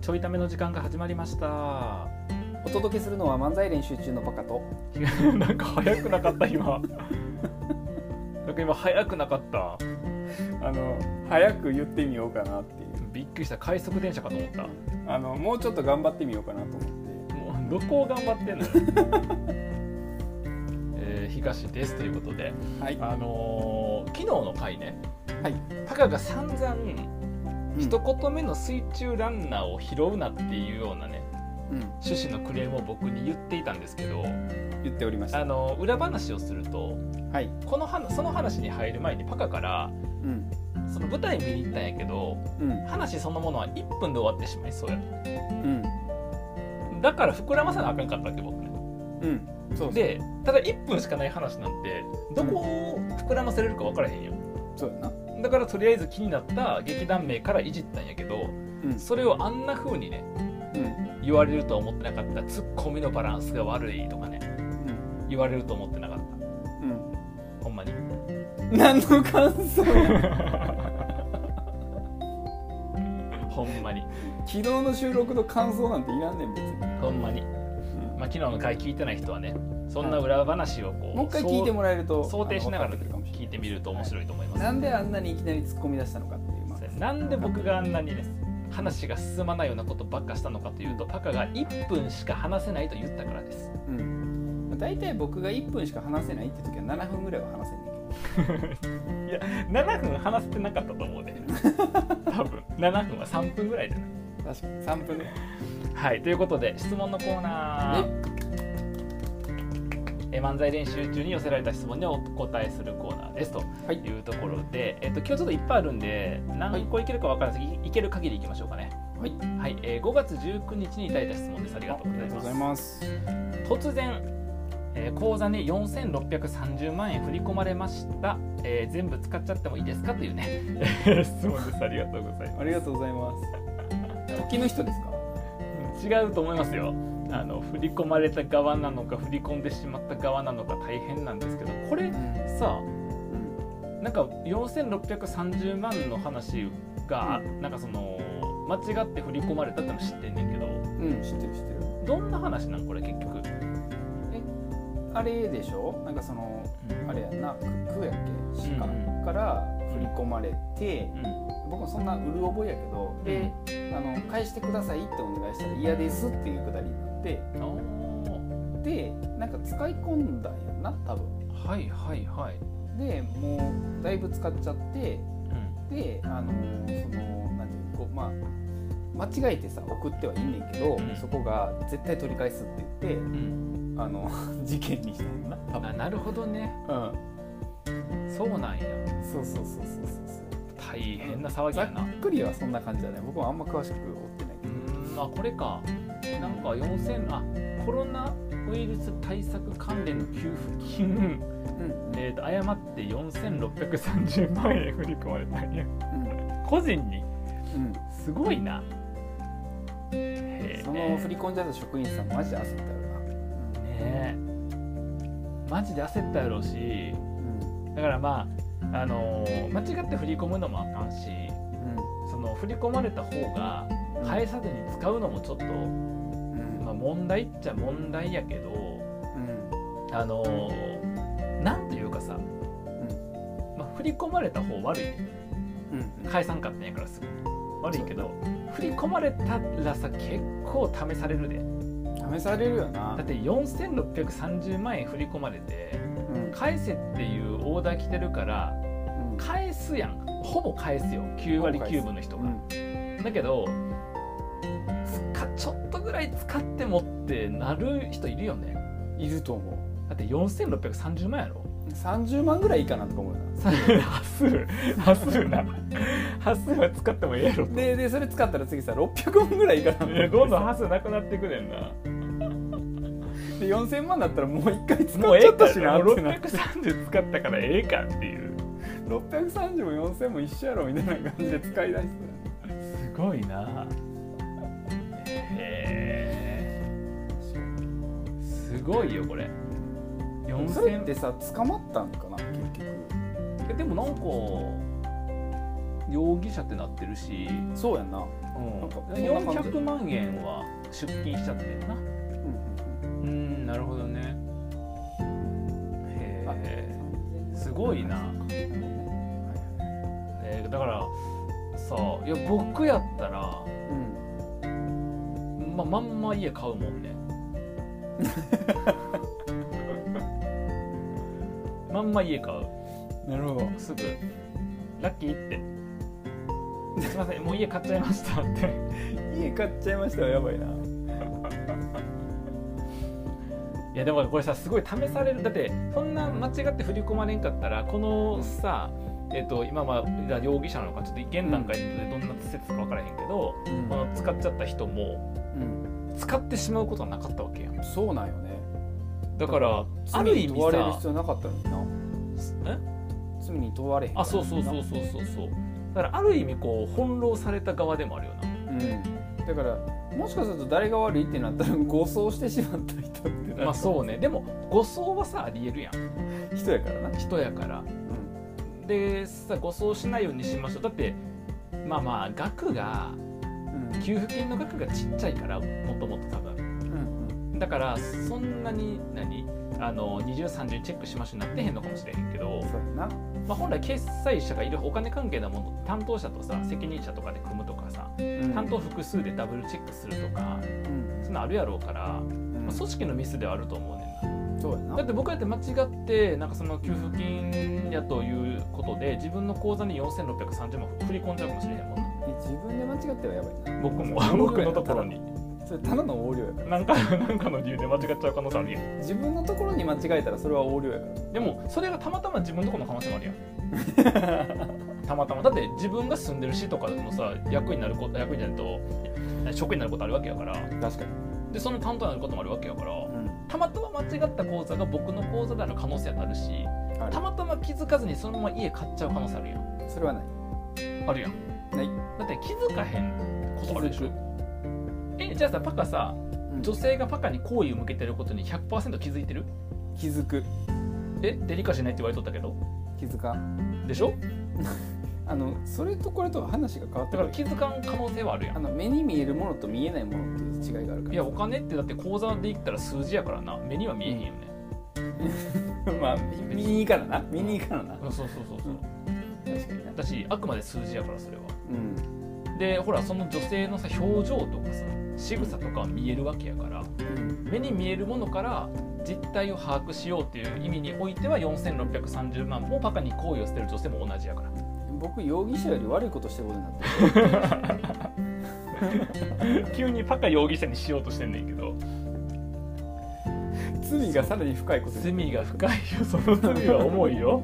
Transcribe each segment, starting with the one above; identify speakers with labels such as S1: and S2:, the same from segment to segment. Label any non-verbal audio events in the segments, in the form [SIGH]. S1: ちょいための時間が始まりました。
S2: お届けするのは漫才練習中のパカと
S1: なんか早くなかった
S2: [LAUGHS]
S1: 今。なんか今早くなかった。
S2: あの早く言ってみようかなっていう
S1: びっくりした快速電車かと思った。
S2: あのもうちょっと頑張ってみようかなと思って
S1: もうどこを頑張
S2: [LAUGHS]
S1: ってんのよ。えー東ですということで、
S2: はい
S1: あのー昨日の回ね、
S2: はい、
S1: タカが散々一言目の水中ランナーを拾うなっていうようなね
S2: うん、
S1: 趣旨のクレームを僕に言っていたんですけど、
S2: 言っておりました
S1: あのー裏話をすると
S2: はい、
S1: この話その話に入る前にパカから
S2: うん
S1: その舞台見に行ったんやけど
S2: うん
S1: 話そのものは1分で終わってしまいそうやと
S2: うん
S1: だから膨らまさなあかんかったわけ僕ね
S2: うんそう
S1: でただ1分しかない話なんてどこを膨らませれるか分からへんよ
S2: そうやな
S1: だからとりあえず気になった劇団名からいじったんやけど
S2: うん
S1: それをあんな風にね
S2: うん
S1: 言われるとは思ってなかったツッコミのバランスが悪いとかね言われると思ってなかった
S2: うん
S1: ほんまに
S2: うん何の感想や
S1: ほんまに
S2: 昨日の収録の感想なんていらんねん別に、
S1: ほんまに、
S2: うん
S1: まあ、昨日の回聞いてない人はねそんな裏話をこう
S2: もう一回聞いてもらえると
S1: 想定しながら
S2: あの分かってくるかもしれない
S1: 聞いてみると面白いと思います、
S2: なんであんなにいきなり突っ込み出したのかっていう、まあ、
S1: なんで僕があんなにね話が進まないようなことばっかしたのかというとパカが1分しか話せないと言ったからです
S2: うんまあ大体僕が1分しか話せないって時は7分ぐらいは話せんねんけ
S1: いや7分話せてなかったと思う [LAUGHS] ね多分7分は3分ぐらいじゃない
S2: ど確かに3分ぐらい
S1: はいということで質問のコーナーえ漫才練習中に寄せられた質問にお答えするコーナーですと
S2: はい
S1: いうところで、えっと、今日ちょっといっぱいあるんで何個いけるか分からないですけどいける限りいきましょうかね
S2: はい
S1: はい、えー、5月19日にいただいた質問ですありがとうございます
S2: ます
S1: 突然、えー口座に4630万円振り込まれました、えー全部使っちゃってもいいですかというね [LAUGHS] 質問ですありがとうございま
S2: ありがとうございます時の人ですか
S1: す違うと思いますよあの振り込まれた側なのか振り込んでしまった側なのか大変なんですけどこれ
S2: ん
S1: さなんか4630万の話がなんかその間違って振り込まれたっての知ってんねんけど
S2: うん、知ってる知ってる
S1: どんな話なんこれ結局
S2: あれでしょなんかそのあれやんなく区やっけ市か、
S1: うん
S2: から振り込まれて
S1: うん
S2: 僕もそんなうる覚えやけどで、あの返してくださいってお願いしたら嫌ですっていうくだりになって
S1: あー
S2: でなんか使い込んだんやんな多分
S1: はいはいはい、
S2: でもうだいぶ使っちゃってであのーそのなんていうのこうまあ間違えてさ送ってはいいねんけど、
S1: うん
S2: そこが絶対取り返すって言って
S1: うんうん
S2: あの [LAUGHS] 事件にしたんやな多
S1: あなるほどね
S2: 分
S1: そうなんや
S2: うんそうそうそうそうそうそう
S1: 大変な騒ぎ
S2: ざ
S1: や
S2: っ
S1: なう
S2: くりはそんな感じだね僕もあんま詳しく追ってない
S1: ーんあこれかなんか4000あコロナウイルス対策関連の給付金、
S2: けど、うん
S1: えー、と誤って4630万円振り込まれたんや個人に
S2: うんうん
S1: すごいなへえ
S2: その振り込んじゃった職員さんマジで焦ったよ
S1: ねえマジで焦ったやろうし
S2: な
S1: だからまああのー間違って振り込むのもあかんしその振り込まれた方が
S2: うん
S1: 返さずに使うのもちょっと、
S2: うん
S1: まあ、問題っちゃ問題やけどあのーなんというかさ、まあ、振り込まれた方悪いね
S2: うんうん
S1: 返さんかったんやからすぐに悪いけど振り込まれたらさ結構試されるで
S2: 試されるよな
S1: だって4630万円振り込まれて
S2: うんうん
S1: 返せっていうオーダー来てるから返すやんほぼ返すよ9割9分の人
S2: う
S1: が、
S2: ん
S1: だけど使ちょっとぐらい使ってもってなる人いるよね
S2: いると思う
S1: だって4630万やろ [LAUGHS]
S2: 30万ぐらいいいかなとか思うよな
S1: さ端数端数な端数は使ってもええやろ
S2: ででそれ使ったら次さ600万ぐらいいいかなと
S1: い
S2: 思
S1: や
S2: う
S1: どんどん端数なくなってくねんな
S2: で4000万だったらもう1回使
S1: もう
S2: っ
S1: え
S2: ちゃ
S1: え
S2: っ
S1: か
S2: たし
S1: ら
S2: な
S1: もう
S2: ってな
S1: 630使ったからええかっていう
S2: 630も4000も一緒やろみたいな感じで使い出したよ
S1: すごいなへえすごいよこれ
S2: それっ
S1: 4000
S2: てさ捕まったんかな結局
S1: えでもなんか容疑者ってなってるし、
S2: そうやんな、
S1: うん
S2: なんかそんな感じ
S1: 400万円は出金しちゃってるな
S2: うんうん
S1: うんなるほどね
S2: うん、あ
S1: へえすごいな、えーだからさあいや僕やったら、
S2: うん、
S1: ままんま家買うもん [LAUGHS] ねまんま家買う
S2: なるほど
S1: すぐラッキーってすいませんもう家買っちゃいましたって
S2: 家買っちゃいましたよやばいない
S1: やでもこれさすごい試されるだってそんな間違って振り込まれんかったらこのさ、えっと今まあ容疑者なのかちょっと現段階でどんな説か分からへんけど、
S2: うん
S1: この使っちゃった人も
S2: うん、
S1: 使ってしまうことはなかったわけやん
S2: そうなんよね
S1: だからある
S2: 罪
S1: 意
S2: に
S1: 味
S2: 問われる
S1: さ
S2: 必要なかったのにな
S1: え
S2: 罪に問われへん
S1: あそうそうそうそうそうそうだからある意味こう翻弄された側でもあるよな
S2: うん、だからもしかすると誰が悪いってなったら誤送してしまった人ってなる
S1: まあそうねでも誤送はさありえるやん
S2: 人やからな、
S1: 人やから
S2: うん
S1: でさ誤送しないようにしましょうだってまあまあ額が
S2: うん
S1: 給付金の額がちっちゃいからもともと多分
S2: うん
S1: だからそんなに何あの2030チェックしましょうになってへんのかもしれへんけど
S2: うん、そうやな
S1: まあ、本来決済者がいるお金関係なもの担当者とさ責任者とかで組むとかさ担当複数でダブルチェックするとか
S2: うん
S1: そんなんあるやろうから、
S2: うん
S1: まあ組織のミスではあると思うねんな
S2: そうやな
S1: だって僕だって間違ってなんかその給付金やということで自分の口座に4630万振り込んじゃうかもしれへんもんな
S2: 自分で間違ってはやばいな
S1: 僕も
S2: そう
S1: 僕のところに
S2: それただの横領やか
S1: なんかなんかの理由で間違っちゃう可能性あるやん
S2: ら自分のところに間違えたらそれは横領やから
S1: でもそれがたまたま自分のところの可能性もあるやんたまたまだって自分が住んでる市とかでもさ役になること役になると職員になることあるわけやから
S2: 確かに、
S1: でその担当になることもあるわけやから
S2: うん、
S1: たまたま間違った口座が僕の口座である可能性あるしたたまたま気づかずにそのまま家買っちゃう可能性あるやん
S2: それはない
S1: あるやん
S2: ない、
S1: だって気づかへんことあるでしょえじゃあさパカさ
S2: うん
S1: 女性がパカに好意を向けてることに100%気づいてる
S2: 気づく
S1: えデリカシーないって言われとったけど
S2: 気づかん
S1: でしょ
S2: あのそれとこれとは話が変わって
S1: だ
S2: く
S1: から気
S2: る
S1: づかん可能性はあるや
S2: あ
S1: ん
S2: の目に見えるものと見えないものっていう違いがあるから
S1: いやお金ってだって口座で言ったら数字やからな目には見えへんよね、
S2: [LAUGHS] まあ見見に行かなな見に行かなな
S1: うん、そうそうそうそう
S2: 確かにな
S1: だしあくまで数字やからそれは
S2: うん
S1: でほらその女性のさ表情とかさ仕草とかは見えるわけやから
S2: うん
S1: 目に見えるものから実態を把握しようっていう意味においては4630万もパカに好意を捨てる女性も同じやから
S2: 僕容疑者より悪いことしてることになってる
S1: [LAUGHS] 急にパカ容疑者にしようとしてんねんけど
S2: 罪がさらに深いことに
S1: 罪が深いよその罪は重い [LAUGHS] よ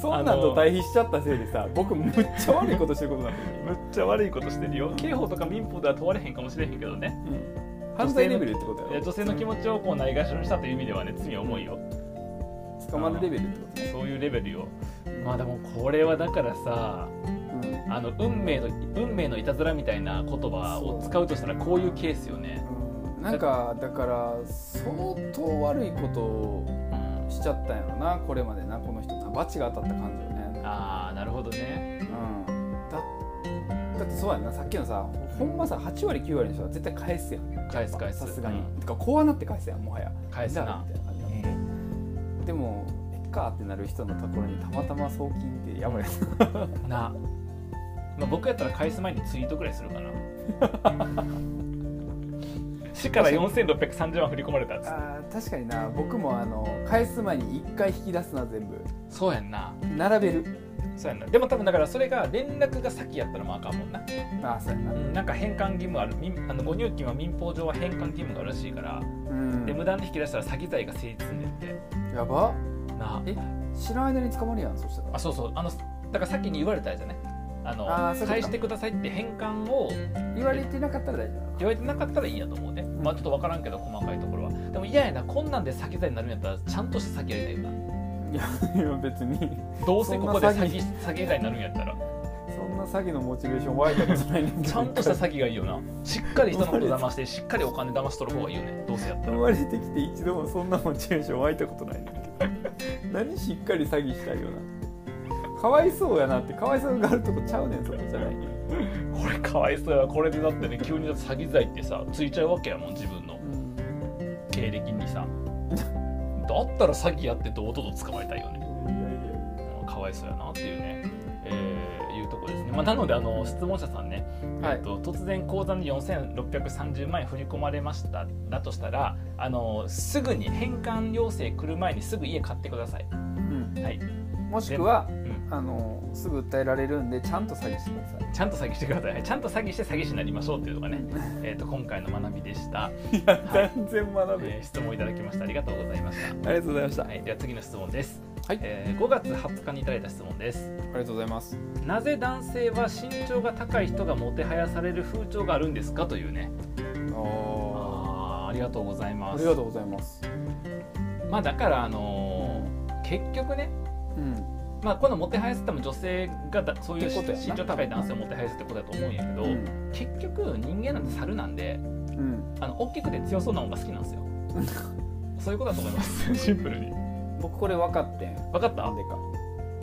S2: そんなんと対比しちゃったせいでさ僕むっちゃ悪いことしてることに
S1: [LAUGHS]
S2: なってる
S1: むっちゃ悪いことしてるよ刑法とか民法では問われへんかもしれへんけどね
S2: うん犯罪レベルってこと
S1: い
S2: や
S1: や
S2: ろ
S1: 女性の気持ちをこうないがしろにしたという意味ではね罪は重いよ
S2: 捕まるレベルってことね
S1: そういうレベルよまあでもこれはだからさあの運命の運命のいたずらみたいな言葉を使うとしたらこういうケースよね、
S2: うんなんかだから相当悪いことを
S1: うん
S2: しちゃったんやろなこれまでなこの人な罰が当たった感じよね
S1: ああなるほどね
S2: うんだだってそうやんなさっきのさほんまさ8割9割の人は絶対返すやん
S1: 返す返す
S2: さすがに、
S1: うん
S2: てか怖なって返すやんもはや
S1: 返す
S2: じゃあ
S1: な
S2: みたいな感じになってでもえっかってなる人のところにたまたま送金ってやばいな
S1: な、まあ、僕やったら返す前にツイートくらいする [LAUGHS] かな市から4630万振り込まれたっつって
S2: あー確かにな僕もあの返す前に一回引き出すな全部
S1: そうやんな
S2: 並べる
S1: そうやんなでも多分だからそれが連絡が先やったらまああかんもんな、
S2: ああそうやな
S1: うんなんか返還義務ある民あのご入金は民法上は返還義務があるらしいから、
S2: うん
S1: で無断で引き出したら詐欺罪が成立すんねんって
S2: やば
S1: な
S2: え知らん間に捕まるやんそした
S1: あ
S2: ら
S1: そうそうあのだからさっきに言われたやつやねあの
S2: あーそういうこと
S1: 返してくださいって返還を
S2: 言われてなかったら大丈夫なの
S1: 言われてなかったらいいんやと思うねまあちょっと分からんけど細かいところはでも嫌やなこんなんで詐欺罪になるんやったらちゃんとして詐欺やりたいよ
S2: いやいや別に
S1: などうせここで
S2: そんな
S1: 詐
S2: 詐
S1: 欺
S2: 欺
S1: 詐欺罪になるんやったら
S2: そんな詐欺のモチベーション湧いたことないねんけど
S1: ちゃんとした詐欺がいいよなしっかり人のこと騙してしっかりお金騙しとる方がいいよねどうせやった
S2: 生
S1: ら
S2: まれてきて一度もそんなモチベーション湧いたことないねんけど何しっかり詐欺したいよなかわいそうやなってかわいそうがあるとこちゃうねんそこじゃないねん、
S1: これかわいそうやこれでだってね急にだって詐欺罪ってさついちゃうわけやもん自分の経歴にさだったら詐欺やって堂々と捕まえたいよねうんかわいそうやなっていうね、えーいうとこですね、まあ、なのであの質問者さんね、
S2: はい
S1: えっと、突然口座に4630万円振り込まれましただとしたらあのすぐに返還要請来る前にすぐ家買ってください、
S2: うん
S1: はい
S2: もしくは
S1: うん、
S2: あのすぐ訴えられるんでちゃんと詐欺してください
S1: ちゃんと詐欺してくださいちゃんと詐欺して詐欺師になりましょうっていうのが [LAUGHS] ね、えっと今回の学びでした、
S2: 全然学
S1: えー質問いただきましたありがとうございました
S2: ありがとうございました
S1: はい、では次の質問です、
S2: はい
S1: えー5月20日にいただいた質問です
S2: ありがとうございます
S1: なぜ男性は身長が高い人がもてはやされる風潮があるんですかというねあ
S2: あ
S1: ーありがとうござい
S2: あ
S1: ま
S2: あ
S1: す
S2: りがとうございます
S1: まあだからあのー結局ね
S2: うん
S1: まあこのもてはやすっても女性がだそういう
S2: ってことやな
S1: 身長高い男性をもてはやすってことだと思うんやけど、
S2: うん
S1: 結局人間なんて猿なんで
S2: うん
S1: あの大きくて強そうな方が好きなん
S2: [LAUGHS]
S1: ですよそういうことだと思いますシンプルに
S2: 僕これ分かってん
S1: 分かった
S2: なんでか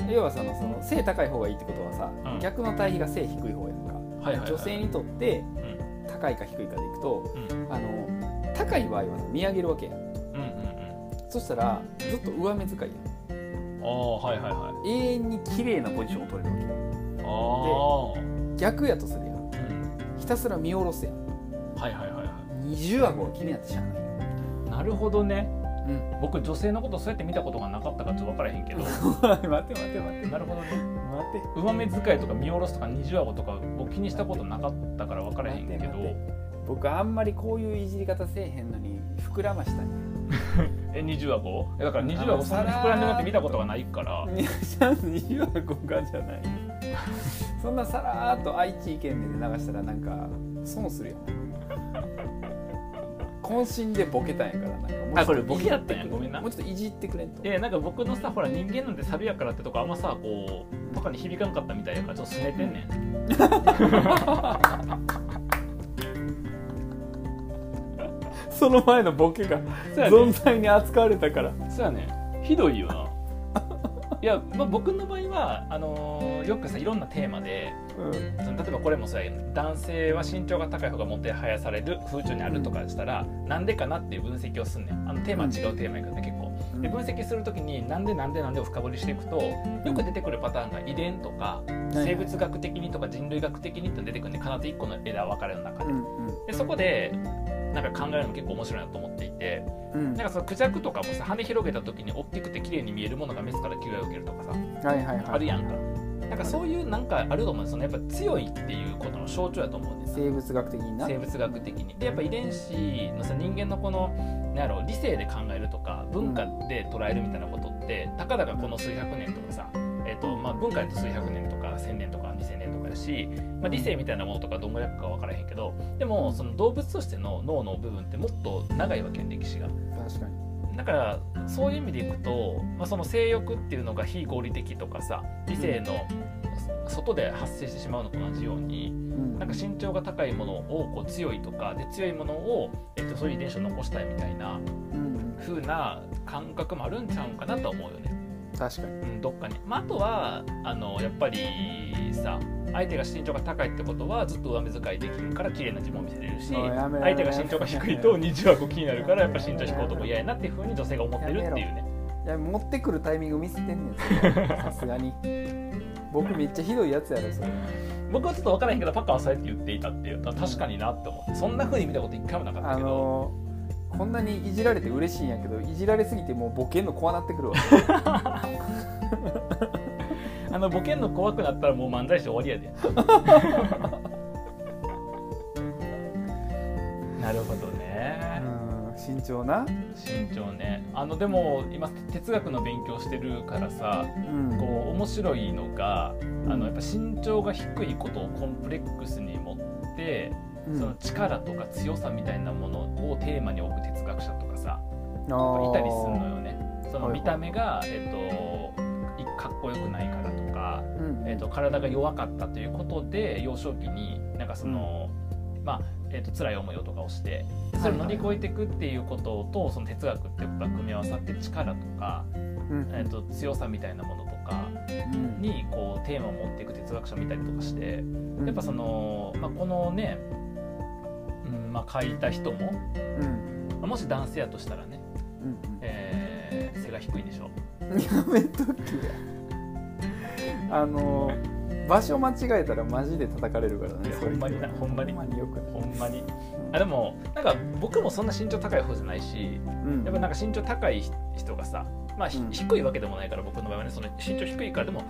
S2: 要はそのその背高い方がいいってことはさ、
S1: うん
S2: 逆の対比が背低い方やんか、
S1: はいはいはい
S2: 女性にとって
S1: うん
S2: 高いか低いかでいくと、
S1: う
S2: あの高い場合はさ見上げるわけやん
S1: うんうん
S2: そしたらずっと上目遣いやん
S1: うんああはいはいはい
S2: 永遠に綺麗なポジションを取れるわけや
S1: あ
S2: ん
S1: あ
S2: 逆やとするやん
S1: うん
S2: ひたすら見下ろすやん
S1: はいはいはいは
S2: 二重顎が気になってしゃあない
S1: いなるほどね
S2: うん
S1: 僕女性のことそうやって見たことがなかったからちょっと分からへんけ [LAUGHS] ど
S2: [LAUGHS] 待て待て待て
S1: なるほどね
S2: 待て
S1: 上目遣いとか見下ろすとか二重顎とか僕気にしたことなかったから分からへんけ
S2: 待て待
S1: ど
S2: 僕あんまりこういういじり方せえへんのに膨らましたね
S1: え二重顎えだから二重
S2: あ
S1: 顎
S2: の
S1: そんなに膨らんでなんて見たことがないから
S2: いやシャンス二重顎がじゃないそんなさらーっと愛知県で流したらなんか損するよ渾身でボケたんやからなんかもうちょっと
S1: あこれボケやったんやごめんな
S2: もうちょっといじってくれんと
S1: でなんか僕のさほら人間なんて猿やからってとこあんまさこうとかに響かんかったみたいやからちょっとすねてんねん
S2: その前のボケが
S1: そうやね
S2: 在に扱われたから
S1: そうやねひどいよないや、まあ、僕の場合はあのーよくさいろんなテーマで
S2: うん
S1: その例えばこれもそうやけど男性は身長が高い方がもてはやされる風潮にあるとかしたら、なんでかなっていう分析をすんねんあのテーマは違うテーマやからね結構で分析する時になんでなんでなんでを深掘りしていくとよく出てくるパターンが遺伝とか生物学的にとか人類学的にって出てくるんで必ず1個の枝分かれる中
S2: う
S1: で
S2: んうん
S1: でそこでなんか考えるの結構面白いなと思っていて
S2: うん
S1: なんかそのクジャクとかもさ羽広げた時に大きくて綺麗に見えるものがメスから求愛を受けるとかさ
S2: はいはいはい
S1: あるやんか。なんかそういうなんかあると思うんですよね。やっぱ強いっていうことの象徴やと思うんですよ。
S2: 生物学的にな
S1: 生物学的に。でやっぱ遺伝子のさ人間のこのなんやろう理性で考えるとか文化で捉えるみたいなことってたかだかこの数百年とかさ、えっとまあ、文化やと数百年とか千年とか二千年とかだし、まあ、理性みたいなものとかどんぐらいか分からへんけどでもその動物としての脳の部分ってもっと長いわけやん歴史が。
S2: 確かに
S1: だからそういう意味でいくと、まあ、その性欲っていうのが非合理的とかさ理性の外で発生してしまうのと同じように
S2: うん
S1: なんか身長が高いものをこう強いとかで強いものを、えっと、そういう遺伝子を残したいみたいな
S2: うん
S1: 風な感覚もあるんちゃうんかなとは思うよね、
S2: 確かに
S1: うん、どっかに。まあ、あとはあのやっぱりさ相手が身長が高いってことはずっと上目遣いできるから綺麗な自分を見せれるし
S2: おいやめろ
S1: 相手が身長が低いと二重箱気になるからやっぱ身長低い男嫌やなっていう風に女性が思ってるっていうね。
S2: いや持ってくるタイミング見せてんねんそれさすがに僕めっちゃひどいやつやろそれ
S1: 僕はちょっと分からへんけどパカはそうやって言っていたっていうと確かになって思ってそんな風に見たこと一回もなかった
S2: あ
S1: けど、
S2: のーこんなにいじられて嬉しいんやけどいじられすぎてもうボケんの怖なって
S1: [LAUGHS]
S2: くるわ
S1: あのボケんの怖くなったらもう漫才師終わりやで
S2: [LAUGHS]
S1: なるほど
S2: う
S1: ね
S2: ん慎重な
S1: 身長ねあのでも今哲学の勉強してるからさ
S2: うん
S1: こう面白いのがあのやっぱ身長が低いことをコンプレックスに持って
S2: うん
S1: その力とか強さみたいなものをテーマに置く哲学者とかさ
S2: あー
S1: いたりするのよね。その
S2: はいはい
S1: 見た目が、えっと、いかっこよくないからとか、
S2: うん
S1: えっと、体が弱かったということで幼少期になんかその、まあえっと辛い思いをとかをしてそれを乗り越えていくっていうこととその哲学っていうことが組み合わさって力とか、
S2: うん
S1: えっと、強さみたいなものとかか
S2: うん
S1: にこうテーマを持っていく哲学者見たりとかしてやっぱそ、の、まあ、このね、うんまあ、書いた人も
S2: うんうん
S1: まあもし男性やとしたらね、
S2: うん
S1: えー背が低いでしょ
S2: うん、やめときやあの場所間違えたらマジで叩かれるから
S1: い
S2: ね
S1: や
S2: それ
S1: ほんまになほんまに
S2: ほんまによくない
S1: ほんまにあでもなんか僕もそんな身長高い方じゃないし
S2: うん
S1: やっぱなんか身長高い人がさまあ、ひ
S2: うん
S1: 低いわけでもないから僕の場合はねその身長低いからでも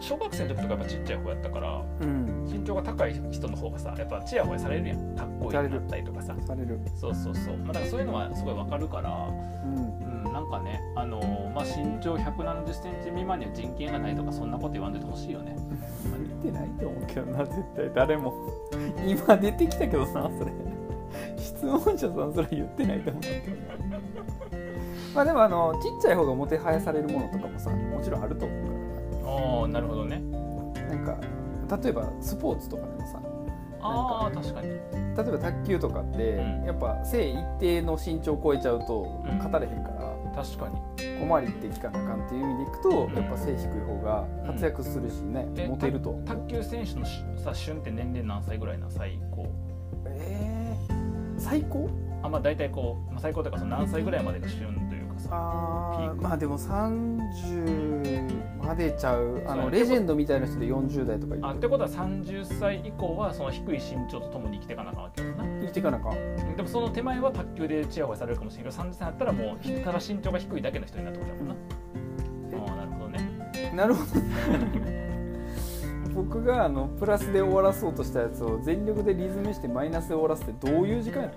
S1: 小学生の時とかやっぱちっちゃい方やったから
S2: うん
S1: 身長が高い人の方がさやっぱチヤホヤされるやんかっこいい
S2: され
S1: に
S2: る
S1: なったりとかさ
S2: される
S1: そうそうそう、まあ、だからそういうのはすごいわかるから、
S2: うん
S1: うん、なんかね、あのーまあ、身長1 7 0センチ未満には人権がないとかそんなこと言わんでてほしいよね
S2: 見てないと思うけどな絶対誰も今出てきたけどさそれ質問者さんそれ言ってないと思うけどなまあでもあのちっちゃい方がもてはやされるものとかもさもちろんあると思う
S1: ああなるほどね
S2: からななんか例えばスポーツとかでもさ
S1: ああ確かに
S2: 例えば卓球とかって、
S1: うん
S2: やっぱ背一定の身長を超えちゃうと
S1: うん
S2: 勝たれへんから、
S1: 確かに
S2: 小回りって聞かなあかんっていう意味でいくと、
S1: うん
S2: やっぱ背低い方が活躍するしね、
S1: え
S2: モテると
S1: 卓球選手のしさ旬って年齢何歳ぐらいな最高
S2: えー、最高
S1: あまあ大体こう、まあ、最高というかその何歳ぐらいまでが旬というかさ
S2: あ
S1: ピー
S2: ー
S1: ク
S2: まあでも30までちゃうあ
S1: そうや
S2: の
S1: ね
S2: レジェンドみたいな人で40代とかいる
S1: あってことは30歳以降はその低い身長とともに生きていかなあかんわけだな
S2: 生きていかなあかん
S1: でもその手前は卓球でチヤホヤされるかもしれないけど30歳だったらもうただ身長が低いだけの人になってことだもんな
S2: え
S1: ああなるほどね
S2: なるほど僕があのプラスで終わらそうとしたやつを全力でリズムしてマイナスで終わらすってどういう時間やねん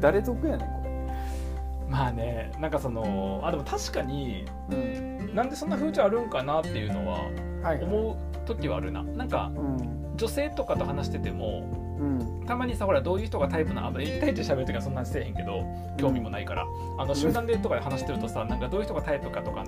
S2: 誰得やねんこ
S1: まあねなんかそのあでも確かに
S2: れ、うん
S1: なんでそんな風潮あるんかなっていうのは
S2: はいはい
S1: 思う時はあるななんか
S2: うん
S1: 女性とかと話してても
S2: うん
S1: たまにさほらどういう人がタイプなのあ1対1で喋る時はそんなんせえへんけど興味もないからあの集団でとかで話してるとさなんかどういう人がタイプかとか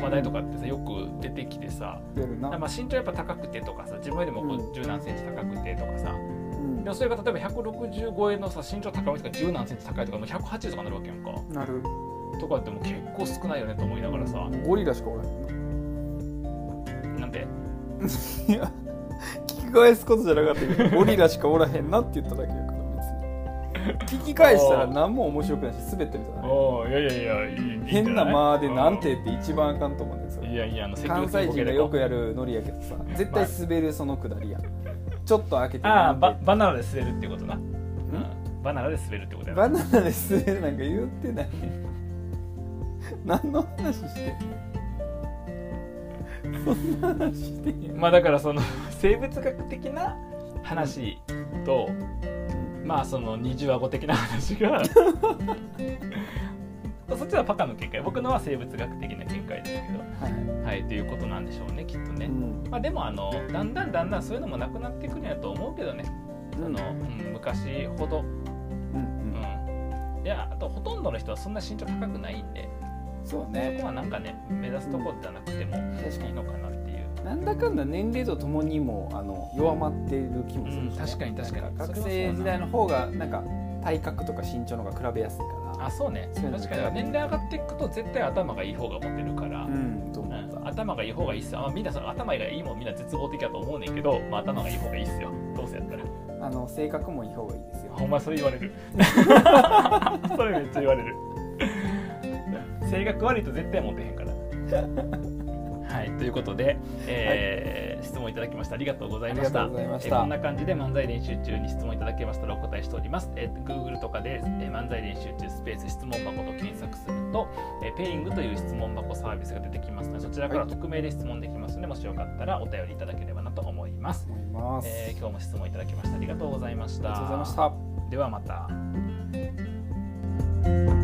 S1: 話題とかってさよく出てきてさ
S2: 出るな、
S1: まあ身長やっぱ高くてとかさ自分よりもこ
S2: うん
S1: う十何センチ高くてとかさ
S2: うん
S1: でもそれが例えば160超えのさ身長高いとか十何センチ高いとかもう180とかなるわけやんか
S2: なる
S1: とかってもう結構少ないよねと思いながらさ
S2: ゴリラしかおらへんな
S1: なんで
S2: いや聞き返すことじゃなかったけどゴリラしかおらへんなって言っただけやから別に聞き返したら何も面白くないし滑ってるじゃない
S1: おおいやいやいやいいいいんじゃい
S2: 変な間で「なんて」って一番あかんと思うねんですよ
S1: いやいやあの積
S2: 関
S1: 極
S2: 西
S1: 的にボケ
S2: 人が
S1: で
S2: よく
S1: こ
S2: やるノリやけどさ絶対滑るそのくだりやんちょっと開けて
S1: うああ
S2: なんて
S1: ババナナで滑るってことな、うん、バナナで滑るってことやな
S2: バナナで滑るなんか言ってないねん何の話してんのそんな話してんやん
S1: まあだからその [LAUGHS] 生物学的な話と、まあその二重顎的な話が [LAUGHS] そっちはパカの見解僕のは生物学的な見解ですけ
S2: はい
S1: どはいということなんでしょうねきっと
S2: う
S1: ね、
S2: ん
S1: まあでもあのだんだんだんだんそういうのもなくなってくるんやと思うけどねその、うん、昔ほど
S2: うんうん
S1: うんいやあとほとんどの人はそんな身長高くないんで
S2: そう
S1: そ
S2: ね
S1: こはなんかね目指すとこじゃなくても
S2: 確か
S1: いいの
S2: に
S1: かなっていう
S2: なんだかんだ年齢とともにもあの弱まってる気もするし、ね
S1: うん確かに確かに
S2: な
S1: それ
S2: ん
S1: は
S2: 学
S1: そうや
S2: 生
S1: な
S2: 時代の方がなんか体格とか身長の方が比べやすいから
S1: あそうね
S2: そうね
S1: 確かに年齢上がっていくと絶対頭がいい方がモテるから、
S2: うんと
S1: う
S2: 思った、
S1: ん頭がいい方がいいっすよ、まあ、みんなその頭がいいもんみんな絶望的だと思うねんけど、まあ、頭がいい方がいいっすよどうせやったら [LAUGHS]
S2: あの性格もいい方がいいですよ
S1: ほんまそれ言われる [LAUGHS] それめっちゃ言われる性格悪いと絶対モテへん
S2: [LAUGHS]
S1: からはいということで、えー質問いただきましたありがとうございました
S2: ありがとうございました
S1: えーこんな感じで漫才練習中に質問いただけましたらお答えしております、えー Google とかで、えー漫才練習中スペース質問箱と検索すると、えーペイングという質問箱サービスが出てきますのでそちらから匿名で質問できますのでもしよかったらお便りいただければなと思います、
S2: 思います、
S1: えー今日も質問いただきましたありがとうございまし
S2: あ
S1: た
S2: りがとうございました
S1: ではまた。